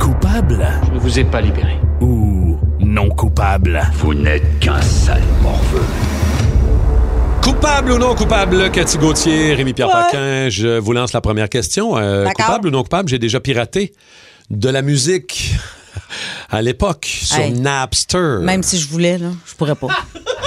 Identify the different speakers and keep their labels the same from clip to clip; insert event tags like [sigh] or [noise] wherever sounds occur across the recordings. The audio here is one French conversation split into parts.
Speaker 1: coupable
Speaker 2: Je ne vous ai pas libéré.
Speaker 1: ou non coupable
Speaker 2: Vous n'êtes qu'un sale morveux.
Speaker 3: Coupable ou non coupable, Cathy Gauthier, Rémi-Pierre Paquin, je vous lance la première question. Euh,
Speaker 4: D'accord.
Speaker 3: coupable ou non coupable, j'ai déjà piraté de la musique à l'époque sur
Speaker 4: Hey.
Speaker 3: Napster.
Speaker 4: Même si je voulais, là, je pourrais pas.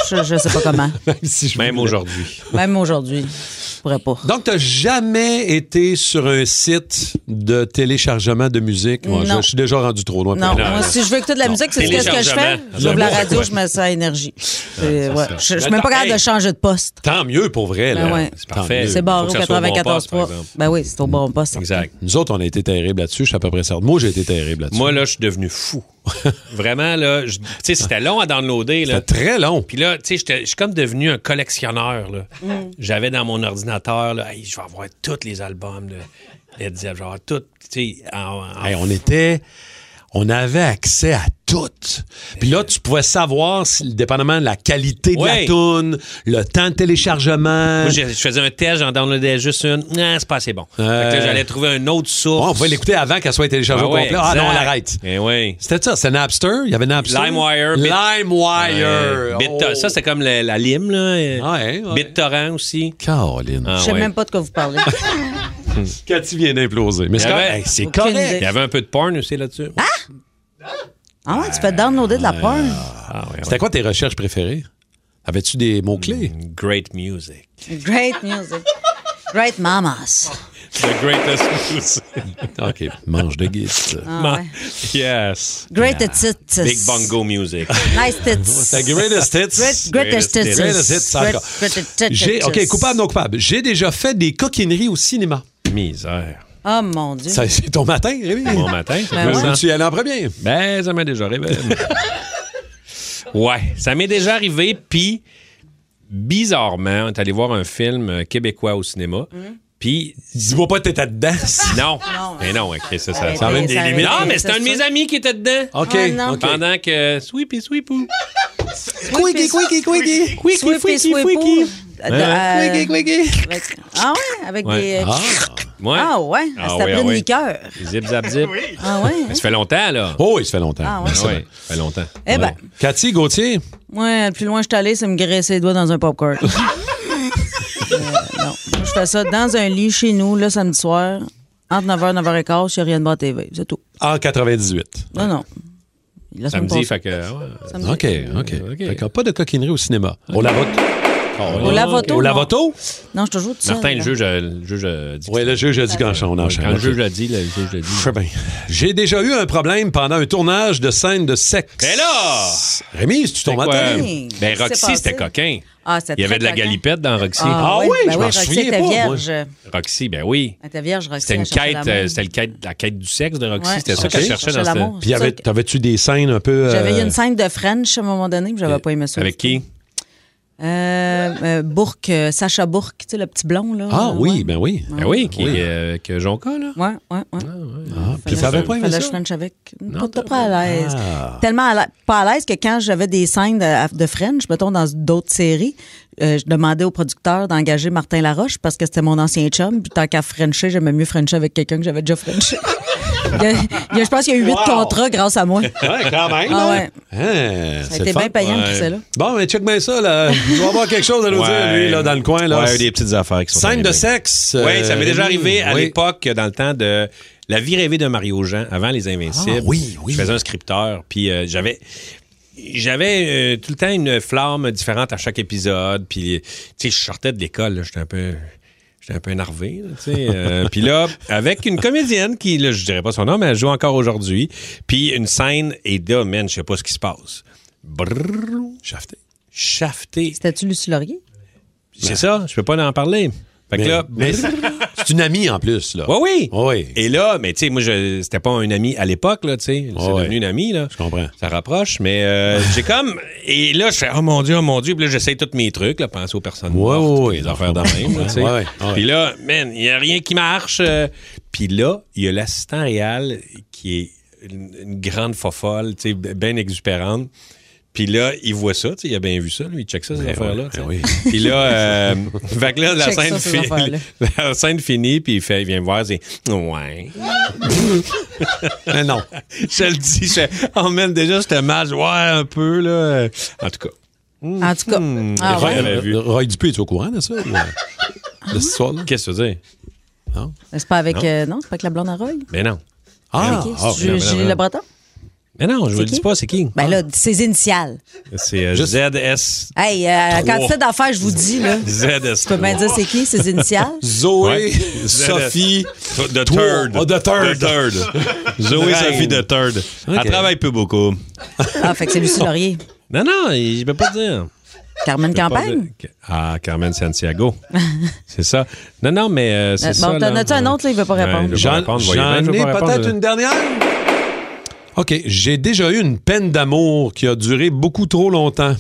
Speaker 4: Je, je sais pas comment.
Speaker 3: [laughs] Même si je
Speaker 5: Même
Speaker 3: voulais.
Speaker 5: aujourd'hui.
Speaker 4: Même aujourd'hui, je pourrais pas.
Speaker 3: Donc, t'as jamais été sur un site de téléchargement de musique. Moi,
Speaker 4: Non.
Speaker 3: je, je suis déjà rendu trop loin. pour
Speaker 4: Non,
Speaker 3: aller.
Speaker 4: moi, si je veux écouter de la musique, c'est ce que ce que je fais.
Speaker 5: Téléchargement.
Speaker 4: J'ouvre la
Speaker 5: Le
Speaker 4: radio,
Speaker 5: mot,
Speaker 4: je mets ça à énergie. C'est- ouais. Je je suis même
Speaker 3: Attends,
Speaker 4: pas capable de
Speaker 3: hey. Euh,
Speaker 4: changer de poste.
Speaker 3: Tant mieux pour vrai. là.
Speaker 4: Ben ouais.
Speaker 3: Tant
Speaker 5: parfait.
Speaker 3: mieux.
Speaker 4: C'est
Speaker 5: faut
Speaker 4: barré
Speaker 5: que
Speaker 4: au
Speaker 5: ça soit au bon
Speaker 4: 94
Speaker 5: poste, par
Speaker 4: trois.
Speaker 5: exemple.
Speaker 4: Ben oui, c'est au bon poste.
Speaker 5: Exact.
Speaker 3: Nous autres, on a été terribles là-dessus. Je suis à peu près certain. Moi, j'ai été terrible là-dessus.
Speaker 5: Moi, là, je suis devenu fou. [laughs] Vraiment, là, je- tu sais, c'était long à downloader. là.
Speaker 3: C'était très long.
Speaker 5: Puis là, tu sais, j'étais- je suis comme devenu un collectionneur. là.
Speaker 4: Mm.
Speaker 5: J'avais dans mon ordinateur, là, Hey, je vais avoir tous les albums de Led Zeppelin. Je vais avoir tout, tu sais, en- en-
Speaker 3: Hey, on était. On avait accès à tout. Puis là, tu pouvais savoir, si, dépendamment de la qualité de la
Speaker 5: Ouais.
Speaker 3: tune, le temps de téléchargement.
Speaker 5: Moi, je, je faisais un test, j'en downloadais juste une. Non, c'est pas assez bon. Fait que là,
Speaker 3: Euh.
Speaker 5: J'allais trouver un autre source.
Speaker 3: Bon, Oh, on pouvait l'écouter avant qu'elle soit téléchargée
Speaker 5: Ah
Speaker 3: au
Speaker 5: ouais,
Speaker 3: complet. Ah non, on
Speaker 5: exact.
Speaker 3: l'arrête.
Speaker 5: Eh oui.
Speaker 3: C'était ça, c'est Napster. Il y avait Napster.
Speaker 5: LimeWire, Bit-
Speaker 3: LimeWire.
Speaker 5: Euh, Bit-
Speaker 3: Oh.
Speaker 5: Ça, c'est comme la, la lime, là. Euh,
Speaker 3: Ouais, ouais.
Speaker 5: BitTorrent aussi.
Speaker 3: Caroline.
Speaker 5: Ah,
Speaker 4: Je sais
Speaker 5: ouais.
Speaker 4: même pas de quoi vous parlez.
Speaker 3: Cathy vient d'imploser. Mais c'est
Speaker 5: Il y
Speaker 3: correct.
Speaker 5: avait-
Speaker 3: Hey, c'est
Speaker 4: Aucune
Speaker 3: correct.
Speaker 4: idée.
Speaker 5: Il y avait un peu de porn aussi là-dessus.
Speaker 4: Ah ouais, tu fais downloader de la porn.
Speaker 5: Ah, ouais, ouais.
Speaker 3: C'était quoi tes recherches préférées? Avais-tu des
Speaker 5: [laughs]
Speaker 3: mots-clés?
Speaker 5: Great music.
Speaker 4: Great music. Great mamas.
Speaker 5: The greatest
Speaker 4: [laughs]
Speaker 5: music.
Speaker 3: OK. Mange de guise.
Speaker 4: Ah ouais.
Speaker 5: Yes.
Speaker 4: Great tits.
Speaker 5: Big Bongo Music.
Speaker 4: Nice tits.
Speaker 3: The greatest hits.
Speaker 4: Great- Greatest tits.
Speaker 3: Greatest hits, ça, encore.
Speaker 4: Great-
Speaker 3: J'ai, OK,
Speaker 4: greatest
Speaker 3: coupable, non coupable. J'ai déjà fait des coquineries au cinéma.
Speaker 5: Misère.
Speaker 4: Oh mon Dieu.
Speaker 3: Ça, c'est ton matin, Rémi? Ah
Speaker 5: Bon matin. c'est
Speaker 4: Ben
Speaker 5: cool,
Speaker 3: Je
Speaker 5: ça.
Speaker 3: me suis allé en premier.
Speaker 5: Ben, ça m'est
Speaker 4: [laughs]
Speaker 5: déjà arrivé. ouais, ça m'est déjà arrivé, puis bizarrement, on est allé voir un film euh, québécois au cinéma, puis...
Speaker 3: Dis-moi pas que t'étais dedans.
Speaker 5: Non,
Speaker 4: Hum. Non.
Speaker 5: mais non, ok, c'est ça.
Speaker 4: Arrêtez,
Speaker 5: ça amène des
Speaker 4: Eh ben, ça
Speaker 5: limites.
Speaker 4: arrêtez,
Speaker 5: Non, mais
Speaker 4: ça
Speaker 5: c'était un
Speaker 4: se
Speaker 5: de mes
Speaker 4: peut.
Speaker 5: amis qui était dedans.
Speaker 3: OK,
Speaker 4: Ah, non.
Speaker 3: OK.
Speaker 5: Pendant que sweepy, sweepou.
Speaker 3: Quickie, quickie, quickie.
Speaker 4: Sweepy, sweepy. De- euh,
Speaker 3: Quickie, quickie.
Speaker 4: avec- Ah ouais, avec
Speaker 5: Hein? Ouais.
Speaker 4: des...
Speaker 3: Ah.
Speaker 5: Ouais.
Speaker 4: Ah ouais, ça
Speaker 5: Ah
Speaker 4: s'appelait
Speaker 5: ouais, ah
Speaker 4: une
Speaker 5: ouais.
Speaker 4: liqueur.
Speaker 5: Zip, zap, zip.
Speaker 4: Ah ouais. hein?
Speaker 5: Ça fait longtemps, là.
Speaker 3: Oh, il se fait longtemps.
Speaker 4: Ah ouais.
Speaker 3: Merci.
Speaker 5: Ouais, ça fait longtemps.
Speaker 4: Eh ben,
Speaker 3: Cathy Gauthier,
Speaker 4: moi, le plus loin que je suis allée, c'est me graisser les doigts dans un
Speaker 5: [laughs]
Speaker 4: popcorn. Euh, non. Moi, Je fais ça dans un lit chez nous, le samedi soir, entre 9h et 9h15, s'il n'y a rien de bon à TV. C'est tout.
Speaker 3: en 98.
Speaker 4: Non, non. La semaine
Speaker 5: Samedi,
Speaker 4: passée.
Speaker 5: fait que... ouais.
Speaker 4: Samedi.
Speaker 3: OK, OK. Fait qu'on a pas de coquinerie au cinéma. Au lavoto.
Speaker 4: Au lavoto.
Speaker 3: Au
Speaker 4: non.
Speaker 3: lavoto?
Speaker 4: Non, je suis toujours tout seul,
Speaker 5: Ah, Martin,
Speaker 4: là.
Speaker 5: le juge, euh, le juge euh, dit...
Speaker 3: Oui, le juge a dit quand on enchaîne.
Speaker 5: Quand le juge l'a dit, le juge l'a dit.
Speaker 3: Très bien. Eh ben, J'ai déjà eu un problème pendant un tournage de scène de sexe.
Speaker 5: Mais là!
Speaker 3: Rémi, c'est-tu ton
Speaker 5: Quoi?
Speaker 3: matin?
Speaker 4: Hey,
Speaker 5: Ben,
Speaker 4: qu'est-ce qui s'est
Speaker 5: Roxy, c'était
Speaker 4: passé?
Speaker 5: coquin.
Speaker 4: Ah, c'était
Speaker 5: Il y avait
Speaker 4: très
Speaker 5: de la
Speaker 4: coquin.
Speaker 5: galipette dans Roxy.
Speaker 4: Ah, oui,
Speaker 3: oui,
Speaker 4: ben
Speaker 3: je
Speaker 4: oui,
Speaker 3: m'en
Speaker 4: Roxy
Speaker 3: souviens
Speaker 4: était
Speaker 3: pas, moi.
Speaker 4: vierge.
Speaker 5: Roxy, ben oui.
Speaker 4: Elle était vierge, Roxy.
Speaker 5: C'était une
Speaker 4: elle cherchait
Speaker 5: quête,
Speaker 4: l'amour.
Speaker 5: euh, c'était le quête- la quête du sexe de Roxy.
Speaker 4: Ouais,
Speaker 5: C'était ça
Speaker 4: elle
Speaker 5: qu'elle
Speaker 4: cherchait
Speaker 5: cherchait dans
Speaker 4: l'amour.
Speaker 5: ce...
Speaker 3: Puis y avait-
Speaker 4: C'est ça que-
Speaker 3: t'avais-tu des scènes un peu. euh,
Speaker 4: J'avais eu une scène de French à un moment donné, puis j'avais pas aimé ça.
Speaker 5: Avec qui?
Speaker 4: Euh, euh, Bourque, euh, Sacha Bourque, tu sais, le petit blond, là.
Speaker 3: Ah
Speaker 4: Euh,
Speaker 3: oui,
Speaker 4: ouais.
Speaker 3: ben oui.
Speaker 5: Ben oui, qui, euh, que Jonca, là.
Speaker 4: Ouais, ouais, ouais.
Speaker 3: Ah, puis t'avais pas aimé
Speaker 4: Fallait que
Speaker 3: ça?
Speaker 4: je French avec. Non, pas, pas à l'aise.
Speaker 3: Ah.
Speaker 4: Tellement à l'aise- pas à l'aise que quand j'avais des scènes de, de French, mettons dans d'autres séries, euh, je demandais au producteur d'engager Martin Laroche parce que c'était mon ancien chum. Puis tant qu'à Frencher, j'aimais mieux Frencher avec quelqu'un que j'avais déjà Frenché. [laughs] Il y a- il y a- je pense qu'il y a eu huit contrats grâce
Speaker 3: [laughs]
Speaker 4: à moi.
Speaker 3: Ouais, quand même. hein?
Speaker 4: Ah ouais.
Speaker 3: Hein,
Speaker 4: Ça
Speaker 3: c'est
Speaker 4: a été
Speaker 3: le fun.
Speaker 4: bien payant pour celle-là.
Speaker 3: Bon, mais check bien ça, là. Il doit avoir quelque chose à nous dire, lui, là, dans le coin, là.
Speaker 5: Ouais, des petites affaires qui sont
Speaker 3: Scène de
Speaker 5: arrivées.
Speaker 3: sexe.
Speaker 5: Oui, ça
Speaker 3: euh,
Speaker 5: m'est déjà arrivé à
Speaker 3: oui.
Speaker 5: l'époque, dans le temps de La vie rêvée de Mario Jean, avant Les Invincibles.
Speaker 3: Ah, oui, oui.
Speaker 5: Je faisais un scripteur, puis euh, j'avais. J'avais euh, tout le temps une flamme différente à chaque épisode. Puis, tu sais, je sortais de l'école, là, j'étais un peu. J'étais un peu énervé, là, tu sais. euh,
Speaker 3: [laughs]
Speaker 5: puis là, avec une comédienne qui, là, je dirais pas son nom, mais elle joue encore aujourd'hui. Puis une scène, et là, man, je sais pas ce qui se passe. Brrr,
Speaker 3: Shafté.
Speaker 5: shafté.
Speaker 4: C'était-tu Lucie Laurier?
Speaker 5: C'est ça, je peux pas en parler. Fait que
Speaker 3: Ben. Mais- mais
Speaker 5: là, brrr,
Speaker 3: C'est une amie en plus, là.
Speaker 5: oui, oui.
Speaker 3: Oui.
Speaker 5: Et là, mais tu sais, moi, je- c'était pas un ami à l'époque, là, tu sais. C'est
Speaker 3: Ouais.
Speaker 5: devenu une amie, là.
Speaker 3: Je comprends.
Speaker 5: Ça rapproche,
Speaker 3: [laughs]
Speaker 5: mais euh, j'ai comme. Et là, je fais, oh mon Dieu, oh mon Dieu. Puis là, j'essaye tous mes trucs, là, penser aux personnes.
Speaker 3: Ouais,
Speaker 5: mortes,
Speaker 3: ouais,
Speaker 5: les
Speaker 3: ouais.
Speaker 5: affaires de
Speaker 3: [laughs]
Speaker 5: même, là, tu sais.
Speaker 3: Ouais, ouais, ouais.
Speaker 5: Puis là, man, il n'y a rien qui marche. euh. Puis là, il y a l'assistant réel qui est une, une grande fofolle, tu sais, bien exubérante. Puis là, il voit ça, tu sais, il a bien vu ça, lui, il check ça, ces
Speaker 3: Ben
Speaker 5: affaires-là.
Speaker 3: ouais,
Speaker 5: tu sais.
Speaker 3: ben oui.
Speaker 5: Puis
Speaker 3: [laughs]
Speaker 5: là, euh, fait que là, la
Speaker 4: Check ça,
Speaker 5: scène,
Speaker 4: ces
Speaker 5: fi-
Speaker 4: affaires-là.
Speaker 5: [laughs] la scène finie, puis il, fait, il vient me voir, c'est Ouais.
Speaker 3: Mais non.
Speaker 5: je le dis, je emmène déjà cette image, ouais, un peu, là. En tout cas.
Speaker 4: En tout cas.
Speaker 3: Hmm.
Speaker 4: Ah,
Speaker 5: Roy-
Speaker 4: ouais.
Speaker 5: l'avait vu.
Speaker 3: Roy Dupuis, es-tu au courant de ça? ou- de cette histoire-là?
Speaker 5: Qu'est-ce que tu veux dire?
Speaker 4: C'est pas avec. euh, Non, c'est pas avec la blonde à Roy.
Speaker 5: Mais non.
Speaker 3: Ah,
Speaker 4: Ok,
Speaker 3: ah,
Speaker 4: c'est Ju-
Speaker 5: non,
Speaker 4: Julie
Speaker 5: non, non.
Speaker 4: Le Breton.
Speaker 5: Mais non, je vous le
Speaker 4: qui?
Speaker 5: dis pas, c'est qui?
Speaker 4: Ben là, ses initiales.
Speaker 5: C'est euh,
Speaker 3: Juste-
Speaker 5: ZS.
Speaker 4: Hey, euh,
Speaker 5: Trois.
Speaker 4: quantité d'affaires, je vous dis, là. Tu
Speaker 5: ZS.
Speaker 4: peux bien dire c'est qui, ses initiales?
Speaker 3: Zoé,
Speaker 5: Ouais.
Speaker 3: Sophie, toi.
Speaker 5: The Third.
Speaker 3: Oh, the Third.
Speaker 5: The Third. Zoé
Speaker 3: Reine.
Speaker 5: Sophie The Third.
Speaker 3: Ok.
Speaker 5: Elle travaille plus beaucoup.
Speaker 4: Ah, fait que c'est Lucie Laurier.
Speaker 5: Non, non, il- je peux pas dire.
Speaker 4: Carmen Campagne.
Speaker 5: Pas de- Ah,
Speaker 4: [laughs]
Speaker 5: Carmen Santiago. c'est ça. Non, non, mais euh, c'est ça.
Speaker 4: Bon, t'en
Speaker 5: là.
Speaker 4: as-tu un autre, là? Il veut pas
Speaker 5: Ouais,
Speaker 4: répondre.
Speaker 5: il veut pas
Speaker 3: J'en
Speaker 5: répondre, voyez bien,
Speaker 3: j'en ai
Speaker 5: je veux pas répondre.
Speaker 3: peut-être une dernière. OK, j'ai déjà eu une peine d'amour qui a duré beaucoup trop longtemps.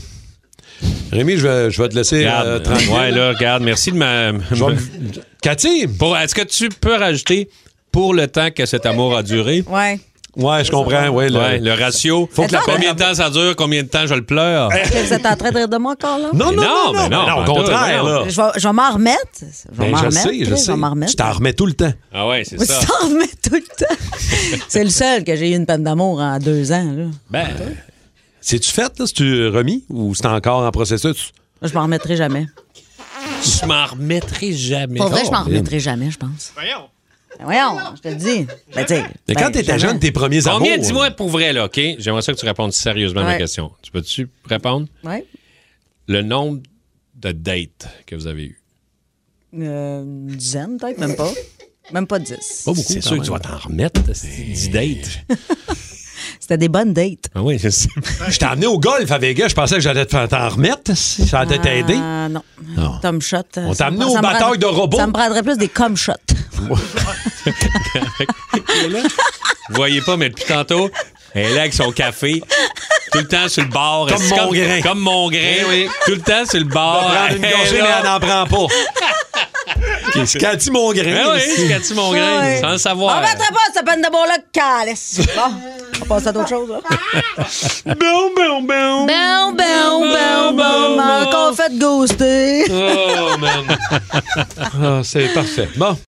Speaker 3: Rémi, je vais, je vais te laisser
Speaker 5: Regarde,
Speaker 3: euh, tranquille.
Speaker 5: ouais, là, regarde, merci de ma.
Speaker 3: Je vais me- Cathy?
Speaker 5: Pour- Est-ce que tu peux rajouter pour le temps que cet amour a duré?
Speaker 4: Ouais.
Speaker 3: Ouais, je comprends. Ouais, là.
Speaker 5: Ouais, le ratio. Faut
Speaker 4: que la-
Speaker 5: combien de temps ça dure, combien de temps je le pleure?
Speaker 4: Est-ce que vous êtes en train de rire de moi encore, là?
Speaker 3: Non,
Speaker 5: Mais
Speaker 3: non,
Speaker 5: non,
Speaker 3: non, non,
Speaker 5: mais non, ben
Speaker 3: mais non, au
Speaker 5: pas
Speaker 3: contraire,
Speaker 5: tout,
Speaker 3: là.
Speaker 4: Je vais, je vais m'en remettre. Je vais
Speaker 3: Ben,
Speaker 4: m'en
Speaker 3: je
Speaker 4: remettre.
Speaker 3: sais, je
Speaker 4: là,
Speaker 3: sais.
Speaker 4: vais m'en remettre.
Speaker 3: Je t'en remets tout le temps.
Speaker 5: Ah ouais, c'est
Speaker 4: Oui,
Speaker 5: ça.
Speaker 4: tu t'en remets tout le temps. c'est le seul que j'ai eu une peine d'amour en deux ans, là.
Speaker 5: Ben,
Speaker 3: C'est-tu fait, là? C'est-tu remis ou c'est encore en processus?
Speaker 4: Je m'en remettrai jamais.
Speaker 5: je m'en remettrai jamais. Oh,
Speaker 4: Pour vrai, je m'en
Speaker 3: bien.
Speaker 4: remettrai jamais, je pense. Voyons. Voyons, je te le dis. Ben, tu sais,
Speaker 3: Mais
Speaker 4: ben,
Speaker 3: quand t'étais
Speaker 4: jamais.
Speaker 3: jeune, tes premiers amours...
Speaker 5: Combien, dis-moi pour vrai, là, OK? J'aimerais ça que tu répondes sérieusement à ma
Speaker 4: Ouais.
Speaker 5: question. Tu peux-tu répondre?
Speaker 4: Ouais.
Speaker 5: Le nombre de dates que vous avez eues.
Speaker 4: Euh, une dizaine, peut-être, même pas. Même pas dix.
Speaker 3: Pas beaucoup,
Speaker 5: C'est
Speaker 3: quand
Speaker 5: sûr que
Speaker 3: même.
Speaker 5: tu vas t'en remettre, 10 dates.
Speaker 4: C'était des bonnes dates.
Speaker 5: [laughs] Ah oui, je sais.
Speaker 3: Je t'ai emmené au golf à Vegas. Je pensais que j'allais te- t'en remettre. si Ça allait t'aider.
Speaker 4: Ah, non.
Speaker 3: Non.
Speaker 4: Tom shot. euh,
Speaker 3: On
Speaker 4: ça
Speaker 3: t'a
Speaker 4: me
Speaker 3: amené
Speaker 4: prend-
Speaker 3: aux
Speaker 4: ça me
Speaker 3: batailles
Speaker 4: prend-
Speaker 3: de robots.
Speaker 4: Ça me prendrait plus des com shots.
Speaker 5: Vous voyez pas, mais depuis tantôt, elle est là avec son café, tout le temps sur le bord.
Speaker 3: Comme
Speaker 5: C'est
Speaker 3: mon grain.
Speaker 5: Comme mon grain,
Speaker 3: Eh oui.
Speaker 5: Tout le temps sur le bord.
Speaker 3: Prendre une
Speaker 5: Ah, Elle est
Speaker 3: gorgée, mais
Speaker 5: là.
Speaker 3: elle n'en prend
Speaker 5: [laughs]
Speaker 3: pas. Qu'est-ce qu'a dit mon
Speaker 5: Ben
Speaker 3: grain?
Speaker 5: oui, c'est Cathy mon grain,
Speaker 4: Ouais.
Speaker 5: sans le
Speaker 4: On
Speaker 5: savoir.
Speaker 4: remettrait pas cette peine d'amour-là, calice. Bon, on passe à d'autres choses, là.
Speaker 5: Bon, bon, bon.
Speaker 4: Bon, bon, bon, bon,
Speaker 5: bon.
Speaker 4: encore fait ghoster.
Speaker 3: Oh, man. Ah, c'est parfait. Bon.